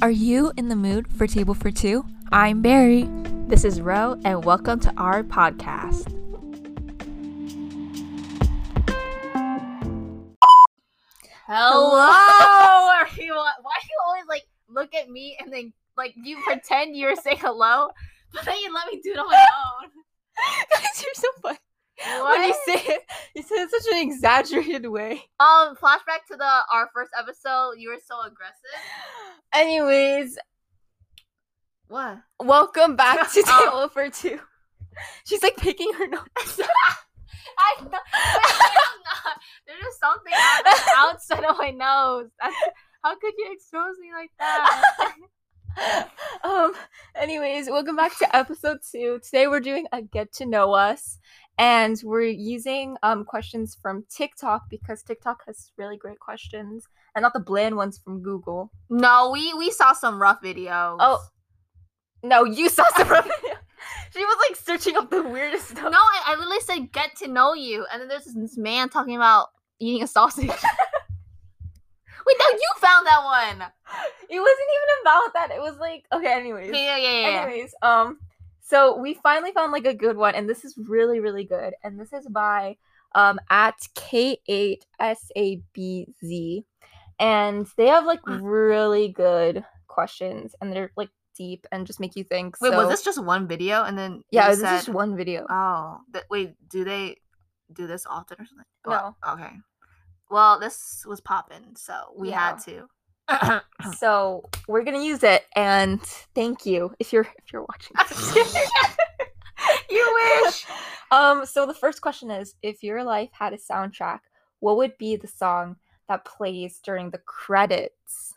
Are you in the mood for Table for Two? I'm Barry. This is Ro, and welcome to our podcast. Hello, everyone. Why do you always like look at me and then like you pretend you're saying hello, but then you let me do it on my own? Guys, you're so funny. What? When you say it, you say it in such an exaggerated way. Um, flashback to the our first episode. You were so aggressive. Anyways, What? welcome back to Oh. Table for Two. She's like picking her nose. I know. There's just something on the outside of my nose. That's, how could you expose me like that? um, anyways, welcome back to episode two. Today we're doing a get to know us, and we're using um questions from TikTok because TikTok has really great questions and not the bland ones from Google. no, we we saw some rough videos. Oh, No, you saw some. she was like searching up the weirdest No, stuff. I, I literally said get to know you, and then there's this- this man talking about eating a sausage. Wait, no, you found that one. It wasn't even about that. It was like okay. Anyways, Okay, yeah, yeah, yeah. yeah. anyways, um, so we finally found like a good one, and this is really really good, and this is by um at K eight S A B Z, and they have like Mm. really good questions, and they're like deep and just make you think. Wait, was so- this just one video, and then Yeah, you this is just said- one video. Oh, th- wait, do they do this often or something? Well, No. Okay. Well, this was popping, so we had to. so we're gonna use it, and thank you if you're if you're watching. this. you wish. Um, so the first question is if your life had a soundtrack, what would be the song that plays during the credits?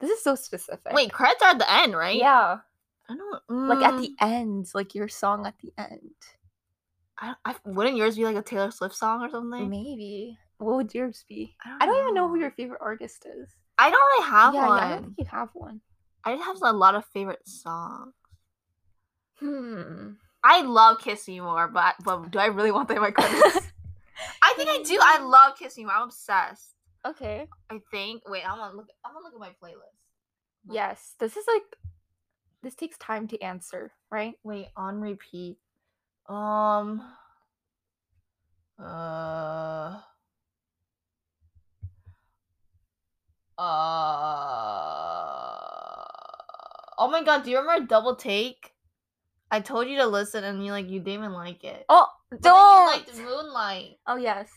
This is so specific. Wait, credits are at the end, right? Yeah. I don't. Like at mm, the end, like your song at the end. I, I, wouldn't yours be like a Taylor Swift song or something? Maybe. What would yours be? I don't even know who your favorite artist is. I don't really have yeah, one. I don't think you have one. I just have a lot of favorite songs. Hmm. I love Kiss Me More, but but do I really want that in my credits? I think I do. I love Kiss Me More. I'm obsessed. Okay. I think. Wait, I'm gonna look. I'm gonna look at my playlist. Like, Yes. This is like this takes time to answer, right? Wait, on repeat. Um. Uh. Uh. Oh my god! Do you remember double take? I told you to listen, and you like you didn't even like it. Oh, But then you don't. liked Moonlight. Oh yes.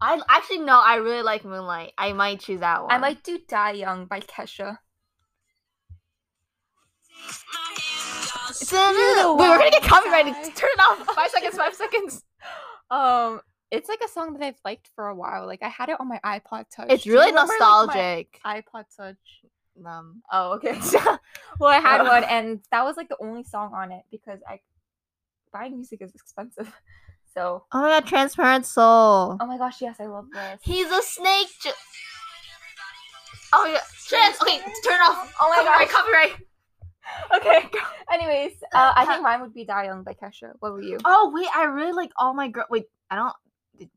I actually no. I really like Moonlight. I might choose that one. I might do Die Young by Kesha. It's the Wait, we're gonna get copyrighted. one. Turn it off. Five seconds. Five seconds. Um, it's like a song that I've liked for a while. Like I had it on my iPod Touch. It's Do you really remember, like, my nostalgic. iPod Touch. Um, Oh, okay. well, I Uh, had one, and that was like the only song on it because I buying music is expensive. So, oh my god, Transparent Soul. oh my gosh, yes, I love this. He's a snake. Ju- oh yeah, Trans. Okay, turn it off. Oh my copyright, gosh. copyright. Okay. Anyways, uh, I think mine would be "Die Young" by Kesha. What were you? Oh wait, I really like all my girl. Wait, I don't.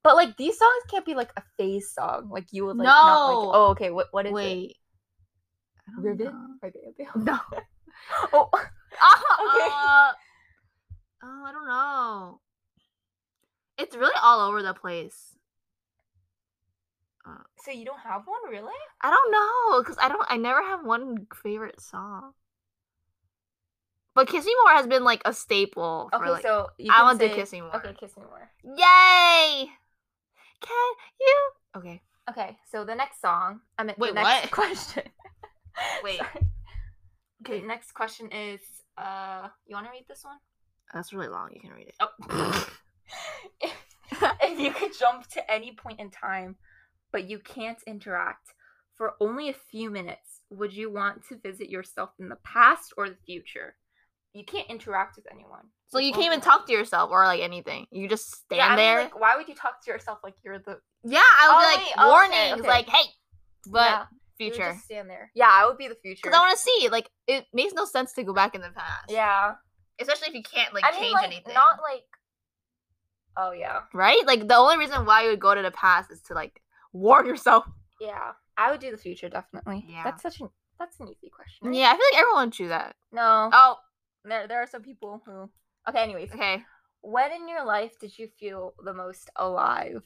But like these songs can't be like a phase song. Like you would like not like. No. it. Oh, okay. What what is it? wait. I don't Ribbon. know. by Bae Yeo. No. Oh, Ah, uh, oh, I don't know. It's really all over the place. so you don't have one, really? I don't know because I don't. I never have one favorite song. But "Kiss Me More" has been like a staple. For, Okay, like, so you I can want to say- "Kiss Me More." Okay, kiss me more. Yay! Can you? Okay. Okay, so the next song. I mean, Wait, the next what? question. Wait. Sorry. Okay, Okay. next question is. Uh, you want to read this one? That's really long. You can read it. Oh. if, if you could jump to any point in time, but you can't interact for only a few minutes, would you want to visit yourself in the past or the future? You can't interact with anyone. So you can't only- even talk to yourself or like anything. You just stand Yeah, I mean, there. like, why would you talk to yourself like you're the yeah, I Oh, would wait, be like oh, okay, warnings, okay. like hey, but Yeah, you would future. just stand there. Yeah, I would be the future. Because I want to see. Like it makes no sense to go back in the past. yeah. Especially if you can't like I mean, change like, anything. not like. Oh yeah, right? Like the only reason why you would go to the past is to like warn yourself. yeah. I would do the future definitely. Yeah. that's such an That's an easy question. right? Yeah, I feel like everyone would choose that. No. Oh, There, there are some people who. Okay. Anyways, okay. when in your life did you feel the most alive?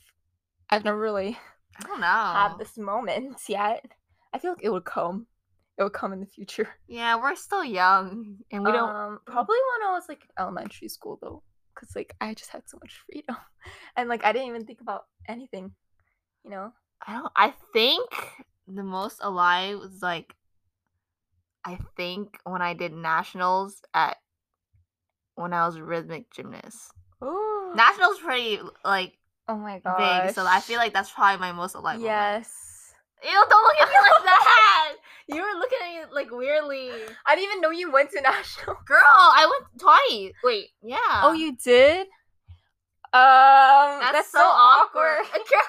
I've never really I don't know. had this moment yet. I feel like it would come. It would come in the future. Yeah, we're still young, and we don't. Um, probably when I was like in elementary school though, because like I just had so much freedom, and like I didn't even think about anything, you know. I don't. I think the most alive was like, I think when I did nationals at, when I was a rhythmic gymnast. Ooh. Nationals pretty like oh my god. big, so I feel like that's probably my most alive. moment. yes. Ew, don't look at me like that. You were looking at me like weirdly. I didn't even know you went to national. Girl, I went twice. Wait, yeah. Oh, you did. Um, That's, that's, so, awkward. Girl,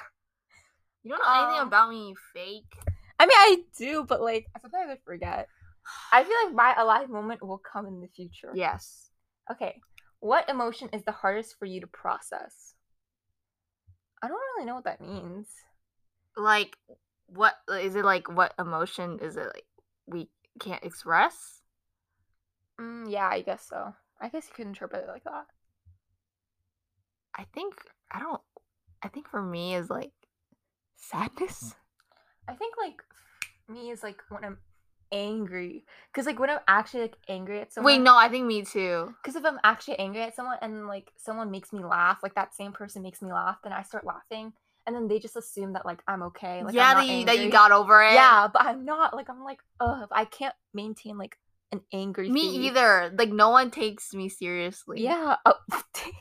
you don't know anything Um, about me, you fake. I mean, I do, but like sometimes I forget. I feel like my alive moment will come in the future. Yes. Okay. What emotion is the hardest for you to process? I don't really know what that means. Like, what is it like? What emotion is it like we can't express? Mm, yeah, I guess so. I guess you could interpret it like that. I think, I don't, I think for me is like sadness. I think like me is like when I'm angry, because like when I'm actually like angry at someone. Wait, no, I think me too. Because if I'm actually angry at someone and like someone makes me laugh, like that same person makes me laugh, then I start laughing, and then they just assume that like I'm okay. Like, yeah, I'm that not you, that you angry. got over it. Yeah, but I'm not. Like I'm like, ugh, I can't maintain like an angry. face. Me either. Like, no one takes me seriously. Yeah. Oh,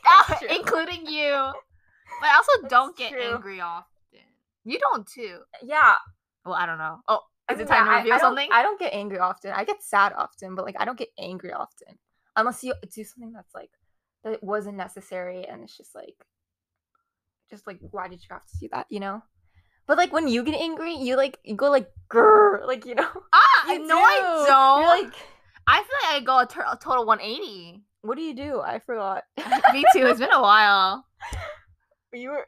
Ah, that's true. including you. But I also That's don't get true. angry often. You don't too. yeah. Well, I don't know. Oh, I is mean, it time to yeah, I- reveal I don't- something? I don't get angry often. I get sad often, but like I don't get angry often unless you do something that's like that wasn't necessary, and it's just like, just like why did you have to do that? You know. But like when you get angry, you like you go like grr, like you know. ah, You no, I do. don't. You're like, I feel like I go a, tur a total 180. what do you do? I forgot. Me too. It's been a while. you were,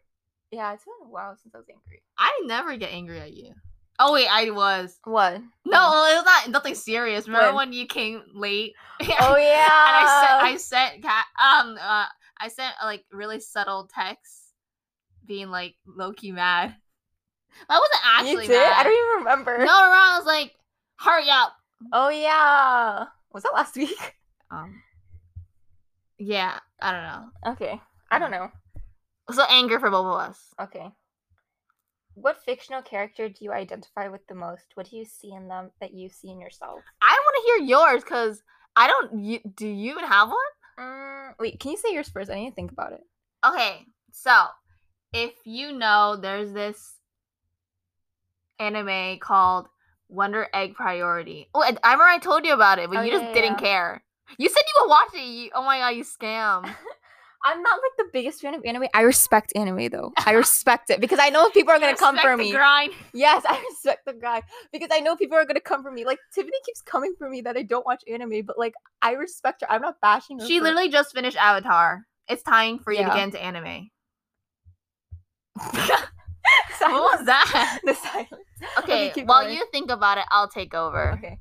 yeah. It's been a while since I was angry. I never get angry at you. Oh wait, I was. What? No, it was not nothing serious. Remember When? when you came late? Oh and yeah. I sent I sent cat um uh, I sent a, like really subtle text, being like low key mad. I wasn't actually you did. mad. I don't even remember. No, no, I was like, hurry up. Oh yeah. Was that last week? Um. Yeah, I don't know. Okay. I don't know. So anger for both of us. Okay. What fictional character do you identify with the most? What do you see in them that you see in yourself? I want to hear yours because I don't. You, do you even have one? Mm, wait, can you say yours first? I need to think about it. Okay, so if you know, there's this anime called Wonder Egg Priority. Oh, and I remember I told you about it, but Oh, you yeah, just yeah, didn't yeah. care. You said you would watch it. You, oh my god, you scam. I'm not like the biggest fan of anime. I respect anime though. I respect it because I know people are gonna come Respect for the me. Grind. Yes, I respect the guy because I know people are gonna come for me. Like Tiffany keeps coming for me that I don't watch anime, but like I respect her. I'm not bashing her. She for- literally just finished Avatar. It's time for you to Yeah. get into anime. Silence. What was that? The silence. Okay, Okay, keep while going. you think about it, I'll take over. Okay.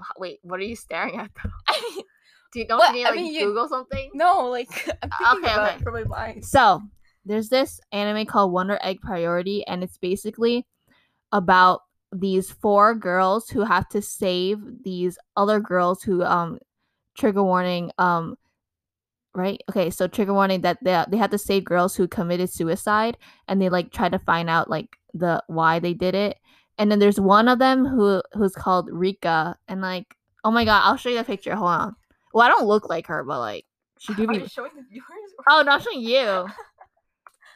H- Wait, what are you staring at? I mean, Do you don't What? you need I like mean, you- Google something? no, like I'm thinking Okay, about okay. it from my mind. So there's this anime called Wonder Egg Priority, and it's basically about these four girls who have to save these other girls who um trigger warning um right okay so trigger warning that they they had to save girls who committed suicide and they like try to find out like the why they did it and then there's one of them who who's called Rika and like oh my god I'll show you the picture hold on well I don't look like her but like she do Are be you showing the viewers? or- Oh, no, I'm showing you.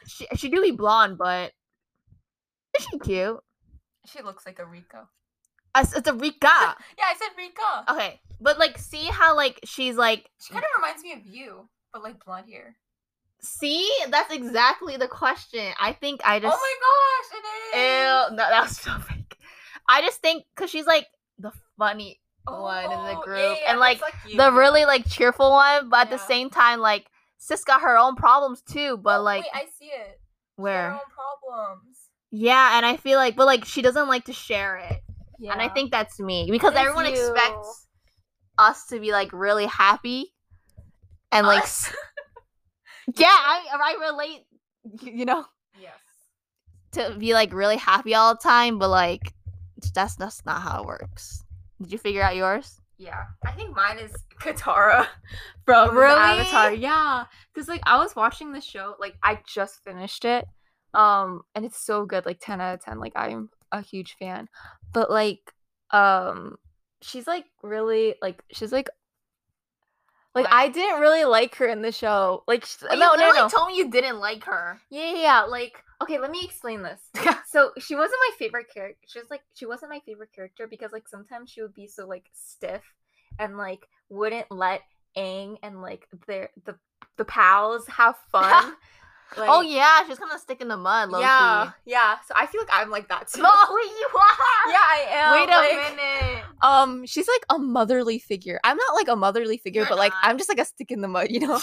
she she do be blonde, but is she cute? She looks like a Rico. Uh, It's, it's a Rika. Yeah, I said Rico. Okay, but like, see how like she's like, She kind of reminds me of you, but like blonde hair. see, that's exactly the question. I think I just oh my gosh, it is. ew, no, that was so fake. I just think because she's like the funny one in the Oh, group, yeah, yeah, and like that's you. the really like cheerful one, but at the Yeah. same time, like Sis got her own problems too. But Oh, like, wait, I see it. She had where? her own problems. Yeah, and I feel like, but like she doesn't like to share it. Yeah. And I think that's me because It is everyone you. expects us to be like really happy and like Us. yeah, I I relate you you know yes. to be like really happy all the time, but like that's that's not how it works. Did you figure out yours? Yeah, I think mine is Katara from Really? Avatar. Yeah, because like I was watching the show, like I just finished it, um, and it's so good, like ten out of ten. Like I'm a huge fan, but like, um, she's like really like she's like. Like What? I didn't really like her in the show. Like sh- Well, you no, no, literally no. Told me you didn't like her. Yeah, yeah, yeah. Like, okay, let me explain this. so she wasn't my favorite character. She was like, she wasn't my favorite character because like sometimes she would be so like stiff and like wouldn't let Aang and like their the the pals have fun. Like, oh yeah, she's kind of stick in the mud, low yeah, yeah. So I feel like I'm like that too. No, you are. Yeah, I am. Wait a like- minute. Um, she's like a motherly figure. I'm not like a motherly figure, You're but like not. I'm just like a stick in the mud, you know.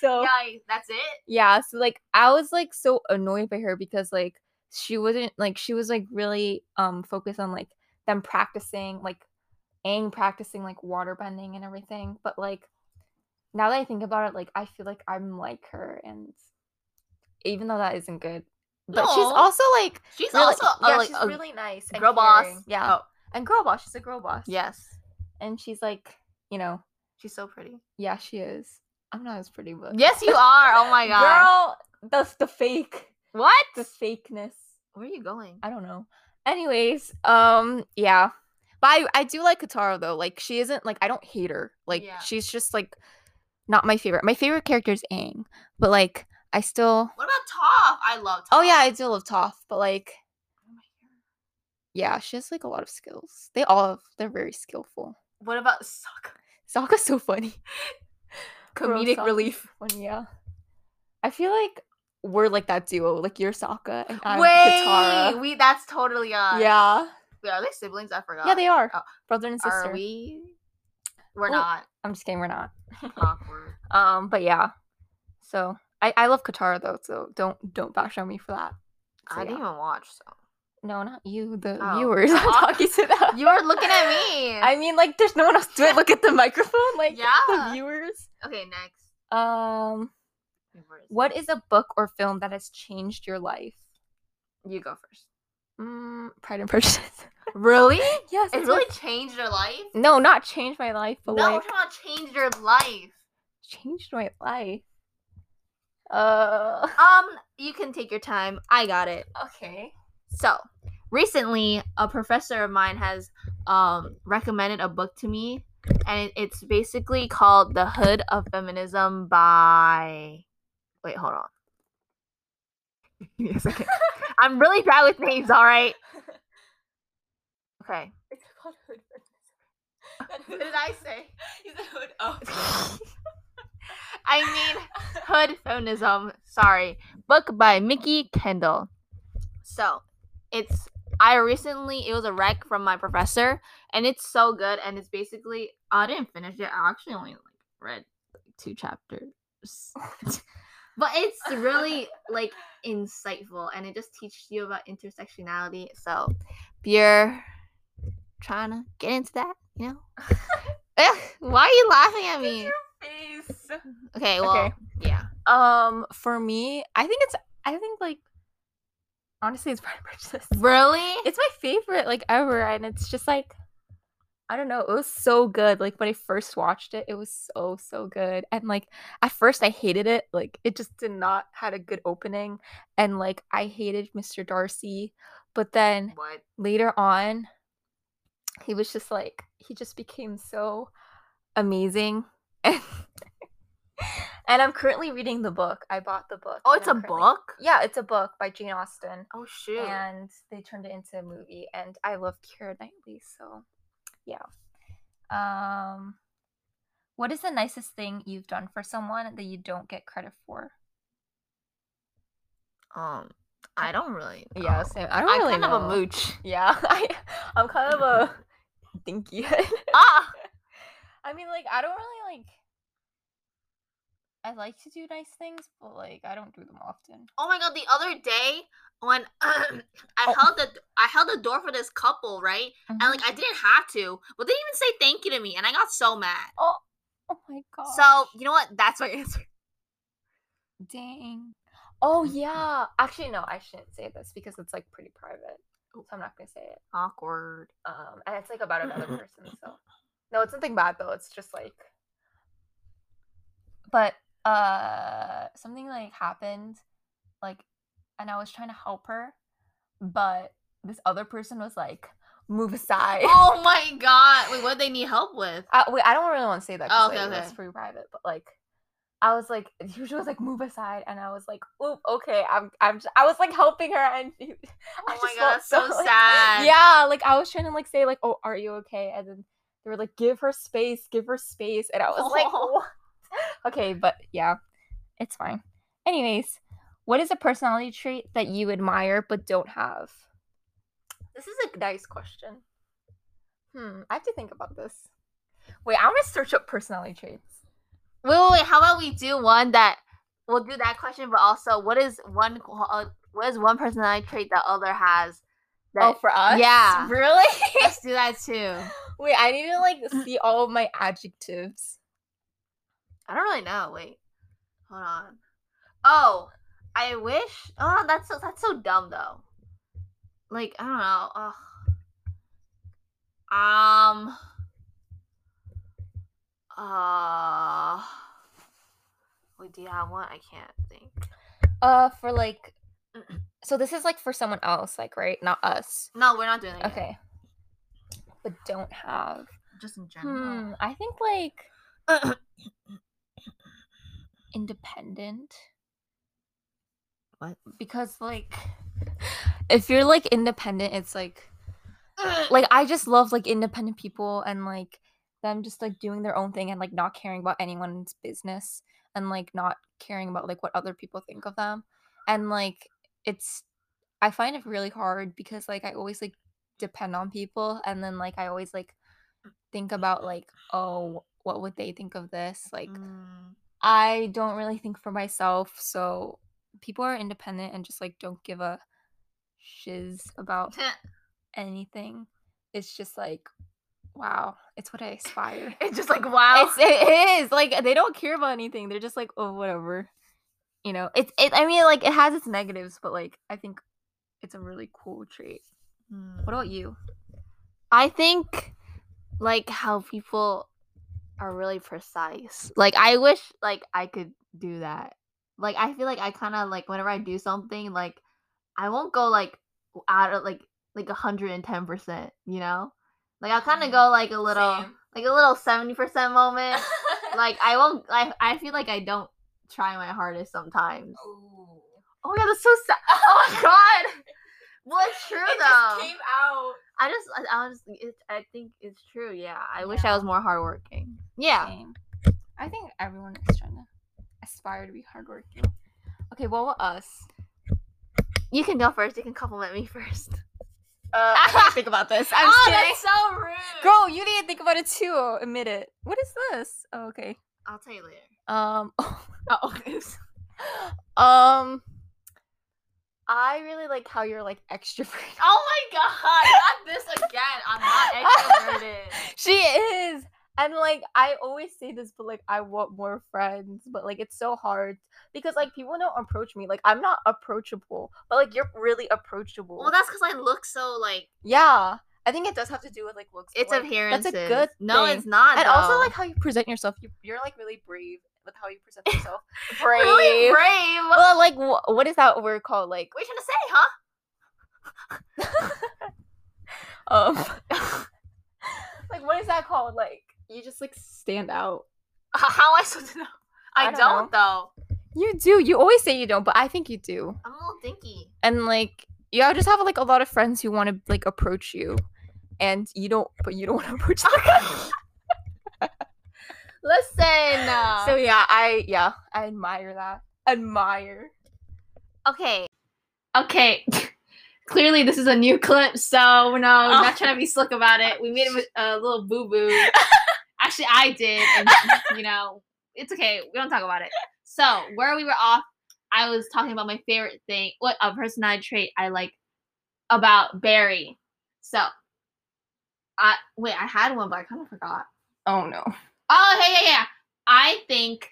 so Yeah, that's it. yeah so like i was like so annoyed by her because like she wasn't like she was like really um focused on like them practicing like Aang practicing like waterbending and everything but like now that i think about it like i feel like i'm like her and even though that isn't good but she's No. also like She's really, also a, yeah, like she's a really nice and girl boss. Oh. caring. yeah and girl boss she's a girl boss Yes, and she's like you know she's so pretty. yeah she is i'm not as pretty but Yes, you are. Oh my god. girl that's the fake What? the fakeness. Where are you going? I don't know. Anyways, um, yeah. But I, I do like Katara though. Like she isn't like I don't hate her. Like Yeah. she's just like not my favorite. My favorite character is Aang. But like I still What about Toph? I love Toph. Oh yeah, I do love Toph, but like Oh yeah, she has like a lot of skills. They all have they're very skillful. What about Sokka? Sokka's so funny. Bro, Comedic Sokka's relief. Funny, yeah. I feel like we're like that duo, like you're Sokka and I'm Uh, Katara. we that's totally us. Yeah. Wait, are they siblings? I forgot. Yeah, they are. Oh. Brother and sister. Are we? We're Oh. not I'm just kidding, we're not. awkward. Um, but yeah. So I, I love Katara though, so don't don't bash on me for that. I So, yeah. didn't even watch. So No, not you, the Oh. viewers. I'm Aw. talking to them. you were looking at me. I mean, like, there's no one else. Do I look at the microphone? Like, the Yeah. viewers. okay, next. Um, Wait, where is it? what is a book or film that has changed your life? You go first. Mm, Pride and Prejudice. Really? yes, It's really changed your life. no, not changed my life, No, but we're like talking about changed your life. changed my life. Uh, Um, you can take your time. I got it. okay. So, recently, a professor of mine has um, recommended a book to me, and it- it's basically called "The Hood of Feminism" by. Wait, hold on. Give me a second. I'm really bad with names. All right. Okay. It's called Hood. What did I say? You said Hood. Oh. I mean, Hood Feminism. Sorry. Book by Mickey Kendall. So, it's I recently it was a rec from my professor, and it's so good. And it's basically I didn't finish it. I actually only like read like, two chapters, but it's really like insightful, and it just teaches you about intersectionality. So, if you're trying to get into that, you know. Ugh, Why are you laughing at me? face. Okay, well, yeah. Um, for me, I think it's. I think like, honestly, it's Pride and Prejudice. Really? It's my favorite like ever, and it's just like, I don't know. It was so good. Like when I first watched it, it was so so good. And like at first, I hated it. Like it just did not had a good opening, and like I hated Mr. Darcy. But then what? later on, he was just like he just became so amazing. and I'm currently reading the book. I bought the book. Oh, and it's a I'm currently- book? Yeah, it's a book by Jane Austen, Oh shoot. and they turned it into a movie. And I love Keira Knightley, so yeah. Um, what is the nicest thing you've done for someone that you don't get credit for? um, I don't really. Yeah, know. same. I don't I'm really kind of a know. mooch. Yeah, I, I'm kind of a dinky head. ah, I mean, like, I don't really like. I like to do nice things, but like, I don't do them often. oh my god! The other day when I Oh. held the I held the door for this couple, right? And like I Mm-hmm. didn't have to, but they didn't even say thank you to me, and I got so mad. oh, oh my god. So you know what? That's my answer. dang. Oh Mm-hmm. yeah. Actually, no, I shouldn't say this because it's like pretty private, Oh. so I'm not gonna say it. Awkward. Um, and it's like about another person. So no, it's nothing bad though. It's just like, but uh, something like happened, like, and I was trying to help her, but this other person was like, move aside. Oh my god! Wait, what did they need help with? I, Uh, wait, I don't really want to say that. 'cause, Okay, like, okay. That's pretty private, but like, I was like, she was like, move aside, and I was like, oop, okay, I'm, I'm, j- I was like helping her, and she- I Oh my just god, felt that's so like- sad. Yeah, like I was trying to like say like, oh, are you okay? And then they were like, give her space, give her space, and I was like, Oh. what? Okay, but yeah, it's fine. Anyways, what is a personality trait that you admire but don't have? This is a nice question. Hmm, I have to think about this. Oh, Wait, I'm gonna search up personality traits. Wait, wait, wait. How about we do one that we'll do that question, but also what is one qu- uh, what is one personality trait that other has? oh, That for us? yeah. Really? let's do that too. Wait, I need to like see all of my adjectives. I don't really know. Wait, hold on. Oh, I wish. Oh, that's so that's so dumb though. Like I don't know. Ugh. Um. Uh. Wait, do you have one? I can't think. Uh, for like, so this is like for someone else, like right, not us. No, we're not doing it. yet. Okay. But don't have. Just in general. Hmm. I think like independent. What? Because like, if you're like independent, it's like like I just love like independent people and like them just like doing their own thing and like not caring about anyone's business and like not caring about like what other people think of them. And like it's I find it really hard because like I always like depend on people and then like I always like think about like oh what would they think of this? Like Mm. I don't really think for myself, so people are independent and just like don't give a shiz about anything. It's just like, wow, it's what I aspire. it's just like wow. It's it is like they don't care about anything. They're just like, oh, whatever. You know, it's it. I mean, like it has its negatives, but like I think it's a really cool trait. Mm. What about you? I think like how people are really precise. Like I wish like I could do that. Like I feel like I kind of like whenever I do something like I won't go like w- out of like like 110%, you know? Like I'll kind of Mm, go like a little like a little 70% moment. like I won't I I feel like I don't try my hardest sometimes. Oh my god, that's so sad. Oh my god. Well, it's true though. out. I just, I I honestly, it, I think it's true. Yeah, I wish I was more hardworking. Yeah. Same. I think everyone is trying to aspire to be hardworking. Okay, what about us? You can go first. You can compliment me first. Uh, I gotta think about this. oh, that's so rude. Girl, you need to think about it too. Admit it. What is this? Oh, okay. I'll tell you later. Um. Oh, oops. um. I really like how you're like extrovert. oh my god, not this again. I'm not extroverted. She is. And like I always say this, but like I want more friends, but like it's so hard because like people don't approach me. Like I'm not approachable, but like you're really approachable. well, that's because I look so like Yeah, I think it does have to do with like looks. but, it's like, appearances. That's a good. No, thing. it's not. And also though. like how you present yourself. You you're like really brave with how you present yourself. brave. really brave. What Well, like wh- what is that word called? Like are you trying to say, huh? um, like what is that called? Like you just like stand out. H- How am I supposed to know? I, I don't don't, though. You do. You always say you don't, but I think you do. I'm a little dinky. And like you I just have like a lot of friends who want to like approach you, and you don't, but you don't want to approach them. Listen. uh, so yeah, I yeah, I admire that. Admire. Okay. Okay. Clearly, this is a new clip, so no, we're not trying to be slick about it. We made a, mis- a little boo boo. Actually, I did, and you know, it's okay. We don't talk about it. So where we were off, I was talking about my favorite thing, what a personality trait I like about Barry. So, I wait, I had one, but I kind of forgot. Oh no. Oh, hey, yeah, yeah. I think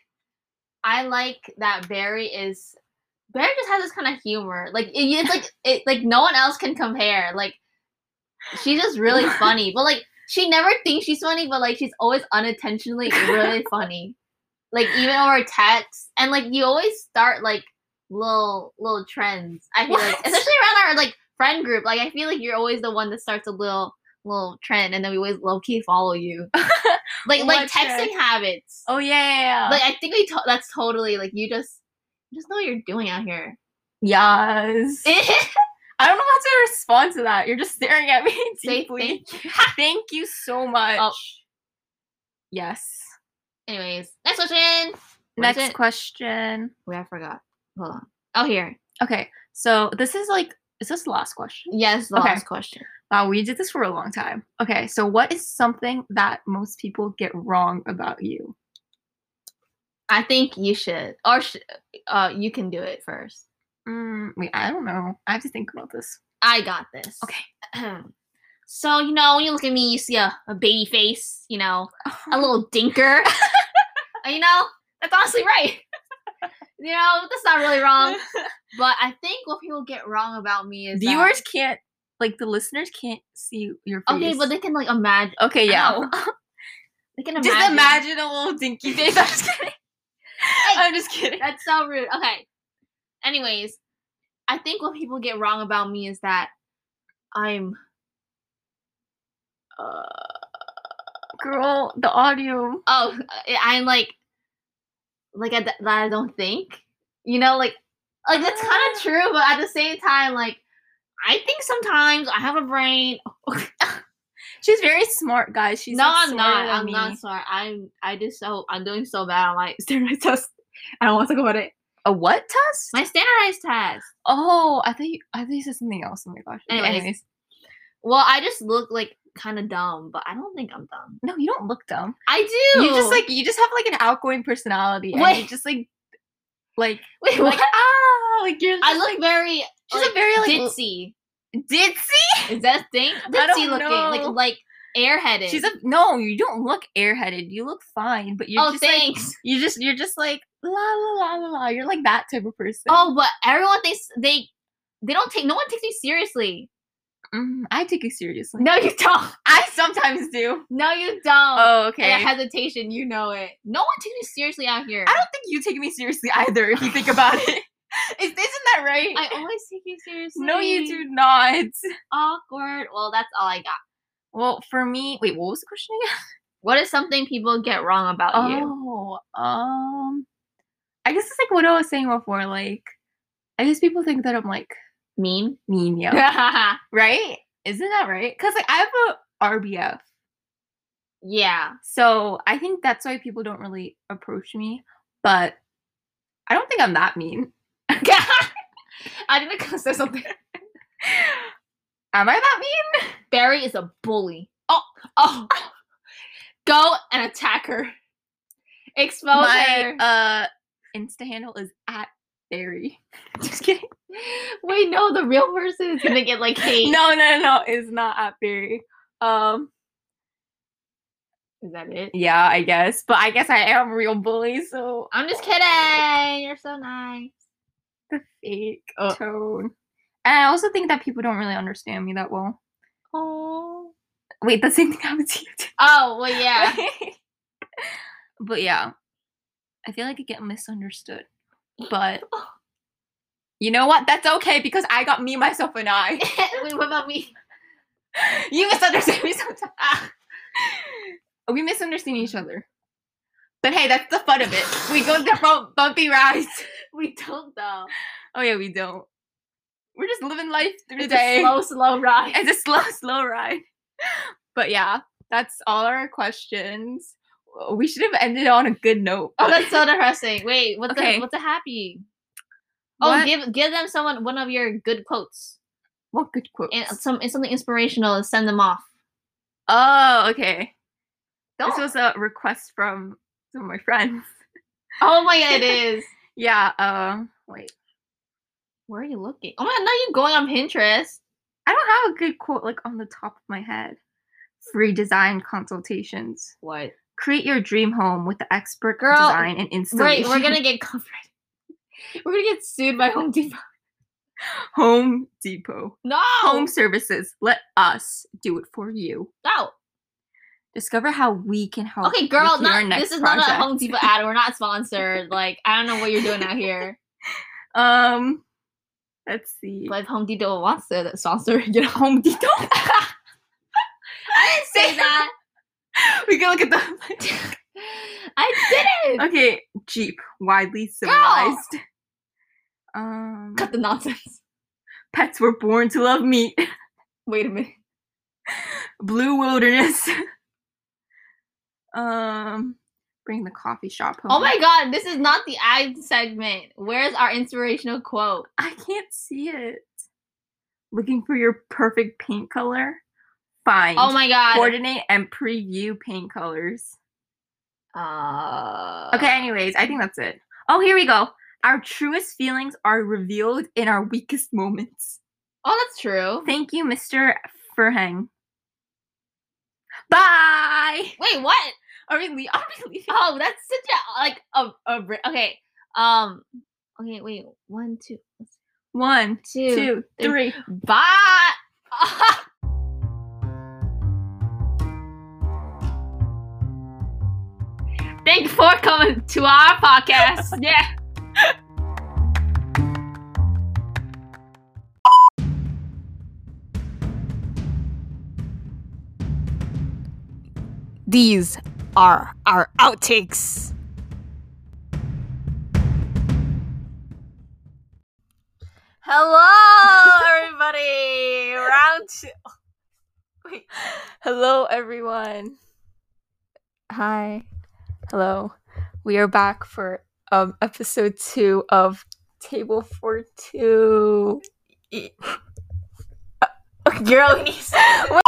I like that Barry is Barry just has this kind of humor. Like it, it's like it like no one else can compare. Like she's just really funny, but like she never thinks she's funny, but like she's always unintentionally really funny. Like even over text, and like you always start like little little trends. I feel like What? especially around our like friend group. Like I feel like you're always the one that starts a little little trend, and then we always low key follow you. like like What texting trend? habits. Oh yeah, yeah, yeah. Like I think we to- that's totally like you just you just know what you're doing out here. yes. I don't know how to respond to that. You're just staring at me Say deeply. thank you. Thank you so much. Oh. Yes. Anyways, next question. What is Next it? question. Wait, I forgot. Hold on. Oh, here. Okay, so this is like, is this the last question? Yes, the Okay. last question. Wow, Uh, we did this for a long time. Okay, so what is something that most people get wrong about you? I think you should, or sh- uh, you can do it first. Mm, wait, I don't know. I have to think about this. I got this. Okay. so you know, when you look at me, you see a, a baby face. You know, Uh-huh. a little dinker. And, you know, that's honestly right. you know, that's not really Um, wrong. But I think what people get wrong about me is that- Viewers can't, like, the listeners can't see your face. Okay, but they can like imagine. okay, yeah. They can imagine. Just imagine a little dinky face. I'm just kidding. Hey, I'm just kidding. That's so rude. Okay. Anyways, I think what people get wrong about me is that I'm Uh, girl, the audio. oh I- I'm like like I, that I don't think you know like like that's kind Ah. of true, but at the same time like I think sometimes I have a brain. She's very smart, guys. She's no, like, I'm smarter not. than I'm me. not sorry. I'm I did so I'm doing so bad on my standardized test. I don't want to talk about it. A what test? My standardized test. Oh, I think I think you said something else. Oh my gosh. But Anyways. Well, I just look like kind of dumb, but I don't think I'm dumb. no, you don't look dumb. I do. You just like you just have like an outgoing personality, and you Wait. just like like wait. you're What? like ah like you're. I just, look very. She's like, a very like l- ditzy. ditzy. Is that a thing? Ditzy I don't looking, know. like like airheaded. She's a no. You don't look airheaded. You look fine, but you're oh, just like thanks. you just you're just like la la la la la. You're like that type of person. oh, but everyone thinks they they don't take. No one takes me seriously. Mm, I take you seriously. No, you don't. I sometimes do. No, you don't. Oh, okay. And that hesitation, you know it. No one takes me seriously out here. I don't think you take me seriously either. If you think about it, Is, isn't that right? I always take you seriously. no, you do not. Awkward. Well, that's all I got. Well, for me, wait, what was the question again? What is something people get wrong about you? Oh, um, I guess it's like what I was saying before. Like, I guess people think that I'm like Mean. mean, yeah, yeah. right? Isn't that right? Because like I have a RBF, so I think that's why people don't really approach me. But I don't think I'm that mean. I didn't gonna say something. Am I that mean? Barry is a bully. Oh, oh. Go and attack her. Expose her. My uh, Insta handle is at Barry. Just kidding. Wait, no, the real person is gonna get like hate. No, no, no, it's not at Barry. Um. Is that it? Yeah, I guess. But I guess I am a real bully, so I'm just kidding. You're so nice. the fake Oh. tone. And I also think that people don't really understand me that well. Oh. Wait, the same thing happened to you too. Oh well, yeah. but yeah, I feel like I get misunderstood. But you know what? That's okay because I got me, myself, and I. Wait, what about me? you misunderstand me sometimes. we misunderstand each other. But hey, that's the fun of it. We go different bumpy rides. We don't though. Oh yeah, we don't. We're just living life through the It's day. a slow, slow ride. It's a slow, slow ride. But yeah, that's all our questions. Uh, We should have ended on a good note. Oh, that's so depressing. Wait, what's Okay. a, what's a happy? Oh, What- give give them someone one of your good quotes what good quotes? and some and something inspirational and send them off. oh, okay. This Don't- was a request from some of my friends. Oh my god, it is. Yeah. Um. Wait. Where are you looking? Oh my god, now you're going on Pinterest. I don't have a good quote like on the top of my head. Free design consultations. What? Create your dream home with the expert Girl, design and Wait, installation. we're gonna get covered. We're gonna get sued by Home Depot. Home Depot. No, Home services. Let us do it for you. no. Discover how we can help. Oh, Okay, girl, with your not, next Oh, this is not project. a Home Depot ad. We're not sponsored. like, I don't know what you're doing out here. Um, let's see. But if Home Depot wants to sponsor, get Home Depot. I didn't say that. we can look at the. I didn't. okay, Jeep, widely civilized. Um, Cut the nonsense. pets were born to love meat. Wait a minute. Blue wilderness. um, bring the coffee shop home. Oh my god, this is not the ad segment. Where's our inspirational quote? I can't see it. Looking for your perfect paint color? Fine. Oh my god. Coordinate and preview paint colors. Uh, Okay, anyways, I think that's it. Oh, here we go. Our truest feelings are revealed in our weakest moments. Oh, that's true. Thank you, Mr. Furhang. Bye! Wait, what? Are we, le- are we leaving? Oh, that's such a like a, a br- okay. Um. Okay, wait. One, two, One, two. two, three. three. Bye. Thank you for coming to our podcast. Yeah. These are our outtakes. Hello, everybody. Round two. Wait. Hello, everyone. Hi. Hello. We are back for um episode two of Table for Two. E- Uh, e, Girl, we need-